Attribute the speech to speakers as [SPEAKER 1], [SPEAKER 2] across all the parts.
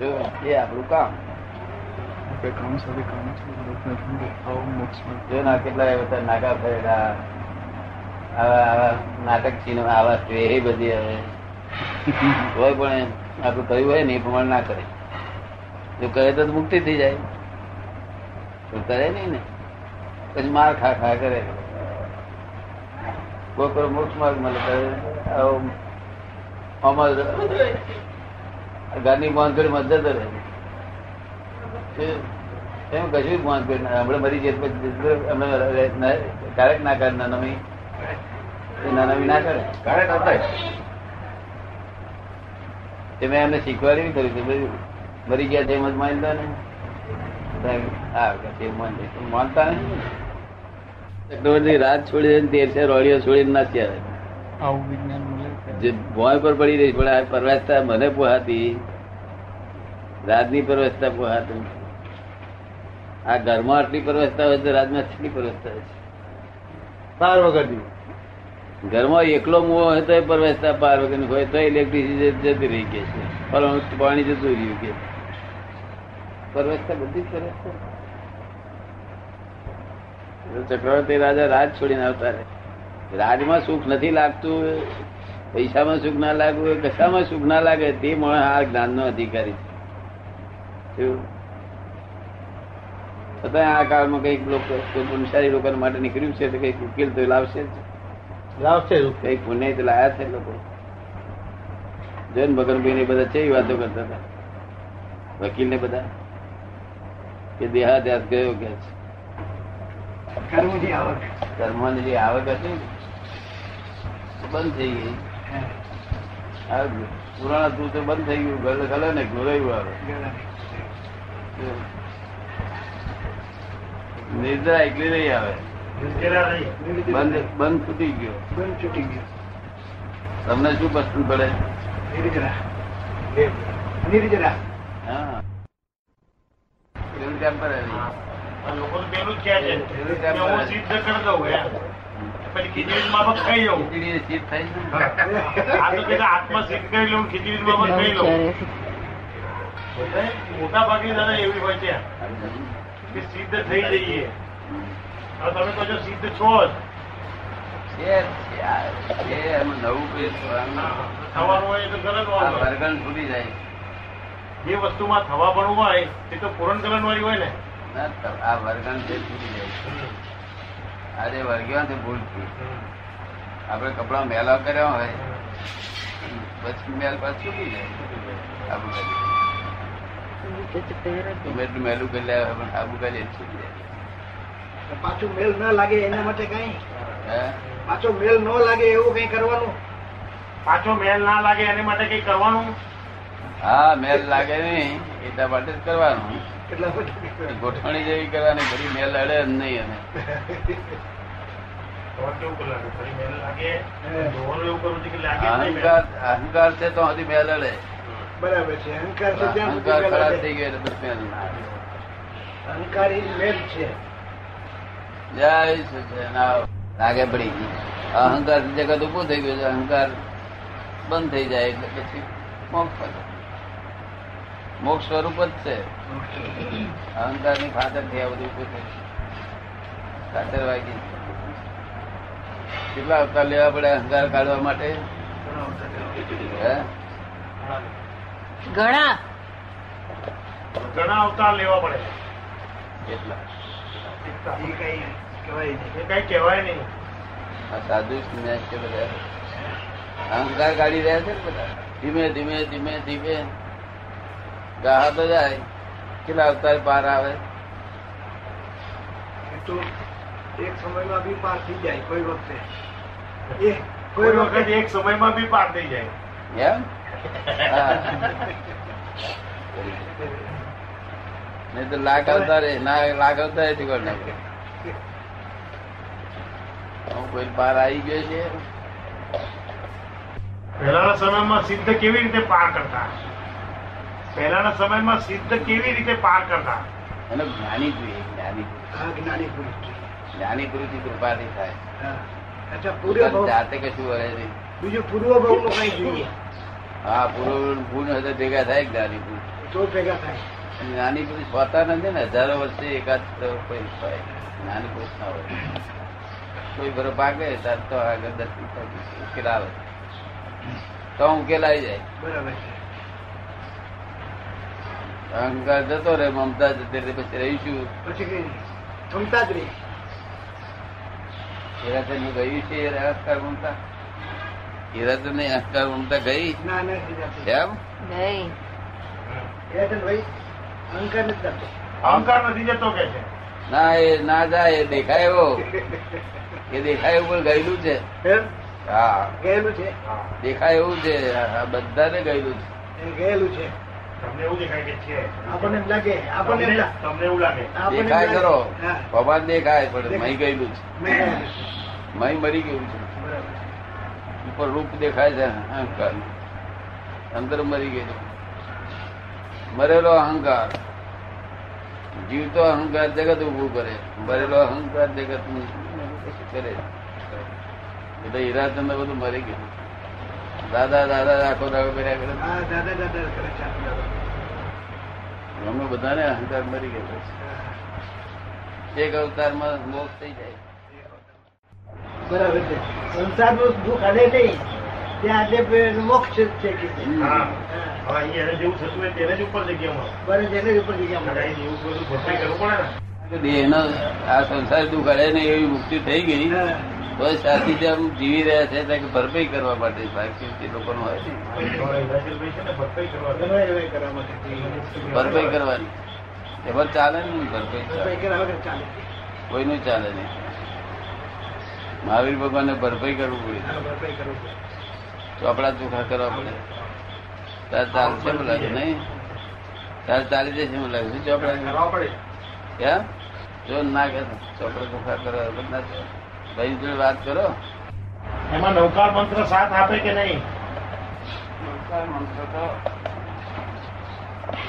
[SPEAKER 1] જો એ આપણું કામ
[SPEAKER 2] આપણે કામ સાથે કામ છે લોકના ઝુંડે આવો મોક્ષમાં
[SPEAKER 1] જો ના કેટલા બધા નાગા ફરેલા આવા આવા નાટક ચીનો આવા છે એ બધી હવે કોઈ પણ આપણું કહ્યું હોય ને એ પ્રમાણે ના કરે જો કરે તો મુક્તિ થઈ જાય તો કરે નહીં ને પછી માર ખા ખા કરે કોઈ કોઈ મોક્ષ માર્ગ મળે કરે આવો અમલ ઘરની બાંધકડી માં જતો રહે એમ કશું બાંધકડી હમણાં મરી જાય પછી અમે ક્યારેક ના કરે નાનામી એ નાનામી ના કરે
[SPEAKER 3] કારણે કરતા
[SPEAKER 1] તે મેં એમને શીખવાડી કર્યું હતું બધું મરી ગયા તેમ જ માનતા ને સાહેબ, હા તે માનતા તો માનતા નહીં ને. ચક્રવર્તી રાત છોડી દે ને તેર છે રોડિયો છોડીને નાસી આવે
[SPEAKER 2] આવું વિજ્ઞાન મળે ત્યારે
[SPEAKER 1] જે ભોય પર પડી રહી છે, પણ આ પરવસતા મને પોહાતી રાજની પરવસતા પોહાતું આ ઘરમાં આટલી પરવસતા હોય તો રાજમાં આટલી પરવસતા હોય છે
[SPEAKER 3] પાર વગરની
[SPEAKER 1] ઘરમાં એકલો મોહ હોય તો પરવસતા પાર વગરની હોય તો ઇલેક્ટ્રિસિટી જતી રહી ગઈ છે પરંતુ પાણી જતું રહ્યું કે પરવસતા બધી જ પરવસતા ચક્રવર્તી રાજા રાજ છોડીને આવતા રહે રાજમાં સુખ નથી લાગતું પૈસામાં સુખ ના લાગવું એ કશામાં સુખ ના લાગે તે માણસ આ જ્ઞાનનો અધિકારી છે શું? છતાં આ કાળમાં કંઈક લોકો કોઈ પુણ્યશાળી લોકો માટે નીકળ્યું છે તો કંઈક ઉકેલ તો લાવશે જ
[SPEAKER 3] લાવશે
[SPEAKER 1] કંઈક પુણ્ય તો લાયા છે લોકો જૈન ભગનભાઈ ને બધા છે એ વાતો કરતા હતા વકીલ ને બધા કે દેહાદ્યાસ ગયો કે છે
[SPEAKER 3] કરવું આવક
[SPEAKER 1] કર્મની જે આવક હતી એ બંધ થઈ ગઈ આ પુરાણા તું તો બંધ થઈ ગયું ગલ ગલે ને ગોરાયું આવે નિદ્રા એકલી રહી આવે બંધ બંધ તૂટી ગયો
[SPEAKER 2] બંધ છૂટી ગયું
[SPEAKER 1] તમને શું પસંદ પડે
[SPEAKER 2] નિર્જરા નિર્જરા
[SPEAKER 1] હા એવું ટેમ્પરરી
[SPEAKER 4] લોકોનું પેલું જ કહે છે
[SPEAKER 1] પેલું જ
[SPEAKER 4] કે હું સિદ્ધ કરી દઉં એમ પછી ખીચડી માફક ખાઈ લઉં
[SPEAKER 1] ખીચડી શીત થઈ છે ને?
[SPEAKER 4] આ તો પેલા આત્મા સિદ્ધ કરી લઉં ખીચડી માફક ખાઈ લઉં એટલે મોટા ભાગની દાદા એવી હોય છે કે સિદ્ધ થઈ જઈએ હવે તમે કહો છો સિદ્ધ છો જ
[SPEAKER 1] છે, છે, આ છે, એમાં નવું કઈ થવાનું.
[SPEAKER 4] થવાનું હોય એ તો ગલન
[SPEAKER 1] આ
[SPEAKER 4] વાળું હોય
[SPEAKER 1] વર્ગણ ફૂટી જાય
[SPEAKER 4] જે વસ્તુમાં થવા ભણવું હોય તે તો પૂરણ ગલન વાળી હોય ને
[SPEAKER 1] ના, ત- આ વર્ગણ છે ફૂટી જાય આજે વર્ગ્યો છે ભૂલ થઈ આપણે કપડા મેલા કર્યા હોય પછી મેલ પાછું છૂટી જાય આબુ ગાલી તમે એટલું મેલું કરી લાવ્યા હોય પણ આબુ ગાલી એટલું છૂટી
[SPEAKER 3] પાછું મેલ ન લાગે એના માટે કઈ
[SPEAKER 1] જાય હે?
[SPEAKER 3] પાછો મેલ ન લાગે એવું કઈ કરવાનું
[SPEAKER 4] પાછો મેલ ના લાગે એની માટે કઈ કરવાનું
[SPEAKER 1] હા મેલ લાગે નહીં એટલા માટે જ કરવાનું
[SPEAKER 3] એટલા માટે
[SPEAKER 1] ગોઠવણી જેવી કરવાની ફરી મેલ અડે જ નહીં અને
[SPEAKER 4] તમારે કેવું કરવું લાગે ફરી મેલ લાગે જોવાનું એવું કરવું છે કે લાગે જ નહીં
[SPEAKER 1] અહંકાર અહંકાર છે તો હજી મેલ અડે
[SPEAKER 3] બરાબર છે અહંકાર છે ત્યાં સુધી
[SPEAKER 1] અહંકાર
[SPEAKER 3] મેલ
[SPEAKER 1] ખરાબ
[SPEAKER 3] લાગે.
[SPEAKER 1] થઈ ગયો એટલે પછી મેલ ના આવે.
[SPEAKER 3] અહંકાર એ મેલ છે
[SPEAKER 1] જય સચિદાનંદ. લાગે પડી ગઈ અહંકાર જગત ઉભું થઈ ગયું છે અહંકાર બંધ થઈ જાય એટલે પછી મોક્ષ થાય. મોક્ષ સ્વરૂપ જ છે અહંકાર ની ફાદર થી આ બધું ઉભું થયું ખાતર વાગી કેટલા અવતાર લેવા પડે અહંકાર કાઢવા માટે હે?
[SPEAKER 5] ઘણા
[SPEAKER 4] ઘણા અવતાર લેવા પડે
[SPEAKER 1] કેટલા
[SPEAKER 4] શીખતા.
[SPEAKER 3] એ કઈ કહેવાય નહીં
[SPEAKER 4] એ કઈ કહેવાય નહીં
[SPEAKER 1] આ સાધુ સંન્યાસ છે બધા અહંકાર કાઢી રહ્યા છે ને બધા ધીમે ધીમે ધીમે ધીમે ગાહતો જાય કેટલા અવતાર પાર આવે
[SPEAKER 3] એ તો એક સમયમાં બી પાર થઈ જાય કોઈ વખતે એ કોઈ
[SPEAKER 4] કોઈ વખત
[SPEAKER 3] વખતે
[SPEAKER 4] એક સમયમાં બી પાર થઈ જાય
[SPEAKER 1] એમ હા. નહીં તો લાખ અવતારે ના લાખ અવતારે ટીકટ નાખે હું કોઈ પાર આવી ગયો છે
[SPEAKER 4] પહેલાના સમયમાં સિદ્ધ કેવી રીતે પાર કરતા પહેલાના સમયમાં સિદ્ધ કેવી રીતે પાર કરતા
[SPEAKER 1] અને જ્ઞાની જોઈએ જ્ઞાની
[SPEAKER 3] હા જ્ઞાની પુરુષ છે.
[SPEAKER 1] જ્ઞાની ગુરુની કૃપાથી થાય
[SPEAKER 3] હા. અચ્છા પૂર્વ
[SPEAKER 1] પોતાની
[SPEAKER 3] ભાવ
[SPEAKER 1] જાતે કશું વળે નહીં
[SPEAKER 3] બીજું પૂર્વ ભાવનું કઈ જોઈએ
[SPEAKER 1] હા પૂર્વ પૂર્ણ હતા ભેગા થાય કે નાની ભૂલ
[SPEAKER 3] જો ભેગા થાય
[SPEAKER 1] અને નાની ભૂલ સ્વતા નથી ને હજારો વર્ષે એકાદ તો કોઈ હોય નાની ભૂલ ના હોય કોઈ ભરો પાકે તાર તો આગળ દસ ઉકેલાવે તો ઉકેલાઈ જાય
[SPEAKER 3] બરાબર છે
[SPEAKER 1] અહંકાર જતો રહે મમતા જતી રહે પછી રહીશું
[SPEAKER 3] પછી કઈ નહીં. જમતા જ રહી
[SPEAKER 1] હિરાચંદ નું ગયું છે એ અહંકાર મમતા હિરાચંદ ની અહંકાર મમતા ગઈ
[SPEAKER 3] ના નથી જતી
[SPEAKER 1] એમ
[SPEAKER 5] ગઈ
[SPEAKER 3] ભાઈ અહંકાર નથી જતો
[SPEAKER 4] અહંકાર નથી જતો કે છે
[SPEAKER 1] ના એ ના જાય એ દેખાય એવો એ દેખાય એવું પણ ગયેલું છે
[SPEAKER 3] એમ
[SPEAKER 1] હા
[SPEAKER 3] ગયેલું છે
[SPEAKER 4] હા.
[SPEAKER 1] દેખાય એવું છે આ બધાને ગયેલું છે
[SPEAKER 3] એ ગયેલું છે
[SPEAKER 4] તમને એવું દેખાય કે છે
[SPEAKER 3] આપણને એમ લાગે આપણને એમ
[SPEAKER 4] તમને
[SPEAKER 3] લાગે
[SPEAKER 4] તમને એવું લાગે
[SPEAKER 3] આપણને એમ
[SPEAKER 1] દેખાય
[SPEAKER 3] લાગે.
[SPEAKER 1] ખરો
[SPEAKER 3] હા.
[SPEAKER 1] ભગવાન દેખાય પણ
[SPEAKER 3] દેખાય.
[SPEAKER 1] મહી ગયેલું છે
[SPEAKER 3] મેં-
[SPEAKER 1] મહી મરી ગયું છે
[SPEAKER 3] બરાબર છે.
[SPEAKER 1] ઉપર રૂપ દેખાય છે અહંકાર અંદર મરી ગયેલો મરેલો અહંકાર જીવતો અહંકાર જગત ઉભું કરે મરેલો અહંકાર જગત કરે એટલે હીરાચંદ બધું મરી ગયું દાદા દાદા આખો દાડો કર્યા કરે
[SPEAKER 3] હા દાદા દાદા કરે છે આપણે દાદા.
[SPEAKER 1] અમે બધાને અહંકાર મરી ગયેલો છે.
[SPEAKER 3] હા.
[SPEAKER 1] એક અવતારમાં મોક્ષ થઈ જાય
[SPEAKER 3] બરાબર છે સંસારનું દુઃખ હલે નહીં ત્યાં આજે પેલું મોક્ષ જ છે કે છે.
[SPEAKER 4] હા
[SPEAKER 3] હા.
[SPEAKER 4] હવે અહીંયા એને જેવું થતું હોય તેને જ ઉપર જગ્યા મળે
[SPEAKER 3] બરાબર છે, એને જ ઉપર જગ્યા
[SPEAKER 4] અને
[SPEAKER 3] મળે.
[SPEAKER 4] અહીં એવું બધું ભરપાઈ કરવું પડે ને
[SPEAKER 1] દેહનો આ સંસાર દુઃખ અડે ને એવી મુક્તિ થઈ ગઈ
[SPEAKER 3] હા.
[SPEAKER 1] તો સાથી જેમ જીવી રહ્યા છે ત્યાં ભરપાઈ કરવા માટે બાકી જે લોકોનું હોય છે
[SPEAKER 4] તમારા ઈલાજલભાઈ છે ને ભરપાઈ કરવા
[SPEAKER 3] ગમે એવાય કરવા માટે જઈએ.
[SPEAKER 1] ભરપાઈ કરવાની એમાં ચાલે નહીં ભરપાઈ ચાલે
[SPEAKER 3] ભરપાઈ કર્યા વગર ચાલે
[SPEAKER 1] કોઈનું ચાલે નહીં મહાવીર ભગવાનને ભરપાઈ કરવું પડે
[SPEAKER 3] હા, ભરપાઈ કરવું પડે.
[SPEAKER 1] ચોપડા ચોખા કરવા પડે તાર ચાલશે એમ લાગે નહીં તાર ચાલી જશે એમ લાગે છે ચોપડા
[SPEAKER 4] કરવા પડે
[SPEAKER 1] કેમ જો ના કે ચોપડા ચોખા કરવા એવું ના ચાલે. ભાઈ જોડે વાત કરો
[SPEAKER 4] એમાં નૌકાર મંત્ર સાથ આપે કે નહીં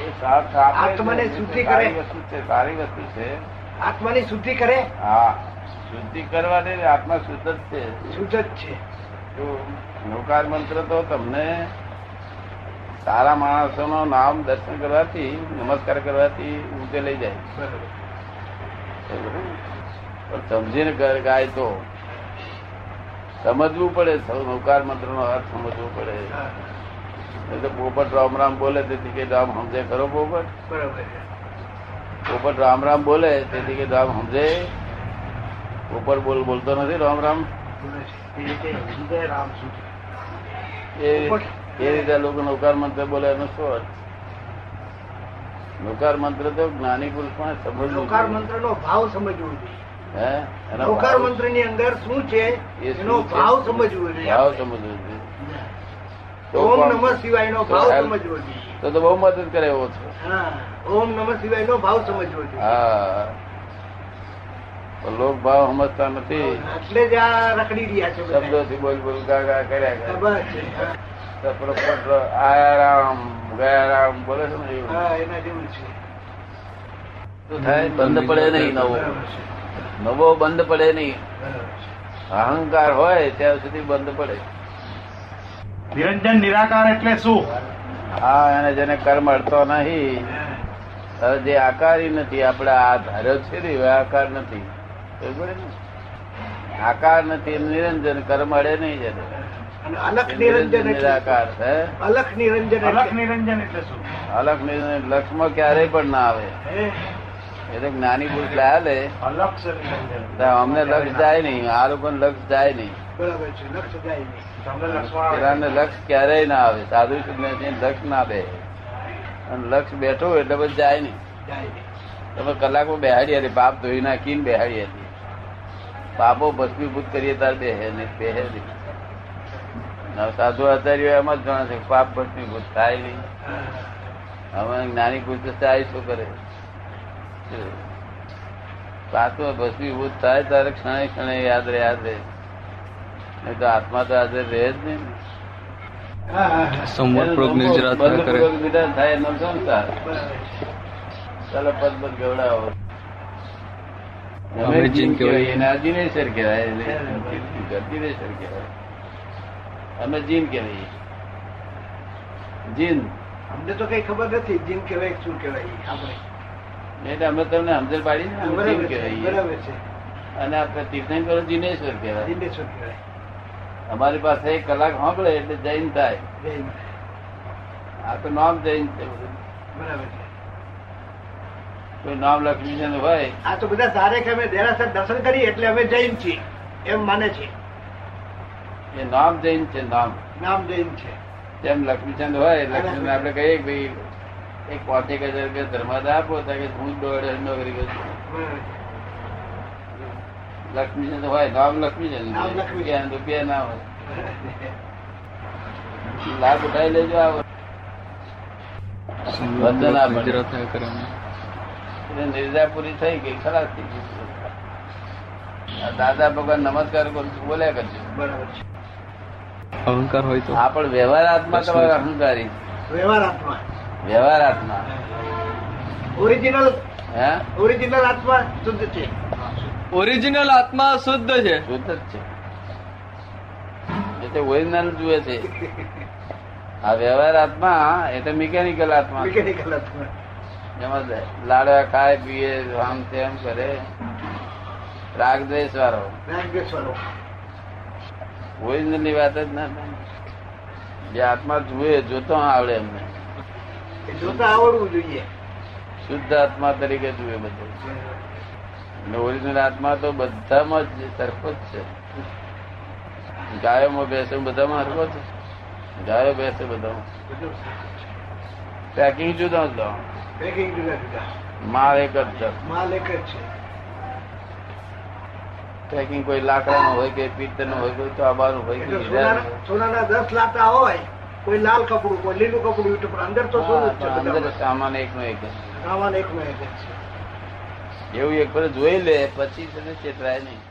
[SPEAKER 3] આત્માને શુદ્ધિ કરે.
[SPEAKER 1] સારી વસ્તુ છે સારી વસ્તુ છે
[SPEAKER 3] આત્માની શુદ્ધિ કરે
[SPEAKER 1] હા શુદ્ધિ કરવાની આત્મા શુદ્ધ જ છે
[SPEAKER 3] શુદ્ધ જ છે
[SPEAKER 1] નૌકાર મંત્ર તો તમને સારા માણસો નામ દર્શન કરવાથી નમસ્કાર કરવાથી ઊંચે લઈ જાય
[SPEAKER 3] બરાબર
[SPEAKER 1] પણ સમજીને કર- ગાય તો સમજવું પડે સૌ નૌકાર મંત્ર નો અર્થ સમજવો પડે
[SPEAKER 3] હા,
[SPEAKER 1] એટલે પોપટ રામ રામ બોલે તેથી કે રામ સમજે ખરો પોપટ
[SPEAKER 3] બરાબર છે.
[SPEAKER 1] પોપટ રામ રામ બોલે તેથી કે રામ સમજે પોપટ બોલ બોલતો નથી રામ રામ
[SPEAKER 3] બોલે છે.
[SPEAKER 4] એ રીતે હિન્દય રામ સૂત્ર
[SPEAKER 1] એ
[SPEAKER 3] પોપટ.
[SPEAKER 1] એ રીતે લોકો નૌકાર મંત્ર બોલે એનો શું અર્થ? નૌકાર મંત્ર તો જ્ઞાની પુરુષ પણ સમજવું
[SPEAKER 3] લોકાર
[SPEAKER 1] જોઈએ.
[SPEAKER 3] મંત્ર નો ભાવ સમજવો જોઈએ
[SPEAKER 1] હે એનો
[SPEAKER 3] લોકાર
[SPEAKER 1] ભાવ-
[SPEAKER 3] મંત્ર ની અંદર શું છે
[SPEAKER 1] એ શું
[SPEAKER 3] એનો
[SPEAKER 1] છે?
[SPEAKER 3] ભાવ સમજવો જોઈએ
[SPEAKER 1] ભાવ
[SPEAKER 3] આપણે.
[SPEAKER 1] સમજવો જોઈએ. તો
[SPEAKER 3] ઓમ
[SPEAKER 1] પણ-
[SPEAKER 3] નમઃ શિવાય નો
[SPEAKER 1] તો
[SPEAKER 3] ભાવ
[SPEAKER 1] હેલ્પ.
[SPEAKER 3] સમજવો જોઈએ
[SPEAKER 1] તો તો બહુ મદદ કરે એવો છે
[SPEAKER 3] હા ઓમ નમઃ શિવાય નો ભાવ સમજવો જોઈએ
[SPEAKER 1] હા પણ લોક ભાવ સમજતા નથી
[SPEAKER 3] એટલે જ આ રખડી રહ્યા છે બધા
[SPEAKER 1] શબ્દોથી બોલ બોલ ગા ગા કર્યા કરે.
[SPEAKER 3] બસ છે. હા.
[SPEAKER 1] તો પેલો પોપટ આયા રામ ગયા રામ બોલે છે ને એવું.
[SPEAKER 3] હા એના જેવું છે
[SPEAKER 1] શું થાય બંધ પડે નહીં નવો
[SPEAKER 3] બરાબર છે.
[SPEAKER 1] નવો બંધ પડે નહીં
[SPEAKER 3] બરાબર છે.
[SPEAKER 1] અહંકાર હોય ત્યાં સુધી બંધ પડે
[SPEAKER 4] નિરંજન નિરાકાર એટલે શું
[SPEAKER 1] હા અને જેને કર્મ અડતો નહીં
[SPEAKER 3] હા.
[SPEAKER 1] હવે જે આકારી નથી આપણે આ ધાર્યો છે ને એવો આકાર નથી બરોબર ને? આકાર નથી નિરંજન કર્મ અડે નહીં જેને
[SPEAKER 3] અને અલખ નિરંજન એટલે
[SPEAKER 1] નિરાકાર હે
[SPEAKER 3] અલખ નિરંજન
[SPEAKER 4] અલખ
[SPEAKER 3] એટલે
[SPEAKER 4] નિરંજન એટલે શું
[SPEAKER 1] અલખ નિરંજન લક્ષમાં ક્યારેય પણ ના આવે
[SPEAKER 3] હે?
[SPEAKER 1] એ તો જ્ઞાની પુરુષ લાયા લે
[SPEAKER 4] અલખ છે નિરંજન
[SPEAKER 1] તો અમને લક્ષ જાય નહીં આ લોકોને લક્ષ જાય નહીં
[SPEAKER 3] બરાબર છે લક્ષ જાય નહીં
[SPEAKER 4] તમને
[SPEAKER 1] પેલાને
[SPEAKER 4] લક્ષ્મણ
[SPEAKER 1] લક્ષ ક્યારેય ના આવે સાધુ સુધી લક્ષ ના બે અને લક્ષ બેઠો એટલે બધું જાય નહીં
[SPEAKER 3] જાય નહીં
[SPEAKER 1] તમે કલાકો બેહાડી હતી પાપ ધોઈ નાખીને બેહાડી હતી પાપો ભસ્મીભૂત કરીએ તાર બેહે નહીં બેહે નહીં નવ સાધુ આચાર્ય એમ જ જણા છે પાપ ભસ્મીભૂત થાય નહીં હવે જ્ઞાની પુરુષ થાય શું કરે પાછું ભસ્મીભૂત થાય તારે ક્ષણે ક્ષણે યાદ રહે યાદ રહે નહીં તો આત્મા તો આજે રહે જ નહીં
[SPEAKER 3] હા હા હા
[SPEAKER 1] એનું બંધપૂર્વક નિધન થાય એનો સંસાર
[SPEAKER 3] બરાબર છે
[SPEAKER 1] ચાલો પદ પદ ગવડાવો
[SPEAKER 6] અમે જીન કહેવાય.
[SPEAKER 1] એને અજિનેશ્વર કહેવાય એટલે અજિનેશ્વર કહેવાય અમે જીન કહેવાય જીન
[SPEAKER 3] અમને તો કઈ ખબર નથી જીન કહેવાય કે શું કહેવાય આપણે
[SPEAKER 1] એટલે અમે તમને સમજણ પાડી ને અમે જીન
[SPEAKER 3] બરાબર છે
[SPEAKER 1] કહેવાય
[SPEAKER 3] બરાબર છે
[SPEAKER 1] અને આપણે તીર્થંકરો જીનેશ્વર કહેવાય
[SPEAKER 3] જીનેશ્વર કહેવાય
[SPEAKER 1] અમારી પાસે એક કલાક સાંભળે એટલે જૈન થાય
[SPEAKER 3] જય હિન્દ.
[SPEAKER 1] આ તો નામ જૈન છે બધું.
[SPEAKER 3] બરાબર છે
[SPEAKER 1] કોઈ નામ લક્ષ્મીચંદ હોય
[SPEAKER 3] આ તો બધા સારે કે અમે દેરાસર દર્શન કરી એટલે અમે જૈન છીએ એમ માને છે
[SPEAKER 1] એ નામ જૈન છે નામ
[SPEAKER 3] નામ જૈન છે
[SPEAKER 1] જેમ લક્ષ્મીચંદ હોય લક્ષ્મીચંદ આપણે કહીએ કે ભાઈ એક પાંચેક હજાર રૂપિયા ધર્માદા આપો તો કે હું જ દોઢ હજાર નોકરી કરું છું.
[SPEAKER 3] બરાબર છે.
[SPEAKER 1] લક્ષ્મીચંદ હોય નામ લક્ષ્મીચંદ
[SPEAKER 3] નામ
[SPEAKER 1] છે.
[SPEAKER 3] લક્ષ્મીચંદ.
[SPEAKER 1] રૂપિયા રૂપિયા ના હોય
[SPEAKER 3] બરાબર છે.
[SPEAKER 1] લાભ ઉઠાવી લેજો આવો વંદન
[SPEAKER 2] સંવાદ
[SPEAKER 1] આપણને.
[SPEAKER 2] ગુજરાત થયા કરે એમ.
[SPEAKER 1] એટલે નિર્જા પૂરી થઈ ગઈ ખલાસ થઈ ગઈ આ દાદા ભગવાન નમસ્કાર કરું છું, બોલ્યા કરજો
[SPEAKER 3] બરાબર છે
[SPEAKER 2] અહંકાર હોય તો
[SPEAKER 1] આ પણ વ્યવહાર આત્મા તમારો અહંકારી
[SPEAKER 3] વ્યવહાર આત્મા
[SPEAKER 1] વ્યવહાર આત્મા
[SPEAKER 3] ઓરિજિનલ
[SPEAKER 1] હે
[SPEAKER 3] ઓરિજિનલ આત્મા શુદ્ધ છે
[SPEAKER 5] ઓરિજિનલ આત્મા શુદ્ધ છે
[SPEAKER 1] શુદ્ધ જ છે એટલે ઓરિજિનલ જુએ છે આ વ્યવહાર આત્મા એ તો મિકેનિકલ આત્મા છે.
[SPEAKER 3] મિકેનિકલ આત્મા
[SPEAKER 1] એમાં લાડવા ખાય પીએ આમ તેમ કરે રાગ દ્વેષ વાળો
[SPEAKER 3] નાગેશ્વરો
[SPEAKER 1] ઓરિજિનલ ની વાત જ ના થાય જે આત્મા જુએ જોતો આવડે એમને
[SPEAKER 3] એ જોતા આવડવું જોઈએ
[SPEAKER 1] શુદ્ધ આત્મા તરીકે જુએ બધું અને ઓરિજિનલ આત્મા તો બધામાં જ સરખો જ છે ગાયોમાં બેસે બધામાં સરખો છે ગાયો બેસે બધામાં
[SPEAKER 3] બધું
[SPEAKER 1] પેકિંગ જુદા જુદા
[SPEAKER 3] પેકિંગ જુદા જુદા
[SPEAKER 1] માલ એક જ છે
[SPEAKER 3] માલ એક જ છે
[SPEAKER 1] પેકિંગ કોઈ લાકડાનું હોય કે પિત્તળનું હોય કોઈ તાંબાનું હોય કે
[SPEAKER 3] એટલે
[SPEAKER 1] હીરાનું
[SPEAKER 3] સોનાના સોનાના દસ લાટા હોય કોઈ લાલ કપડું કોઈ લીલું કપડું એટલે પણ અંદર તો
[SPEAKER 1] હોય.
[SPEAKER 3] સોનું
[SPEAKER 1] હા,
[SPEAKER 3] જ છે
[SPEAKER 1] પણ અંદર
[SPEAKER 3] બધામાં.
[SPEAKER 1] સામાન એકનો એક જ.
[SPEAKER 3] સામાન એકનો એક જ છે
[SPEAKER 1] એવું એક વાર જોઈ લે પછી તને ચેતરાય નહીં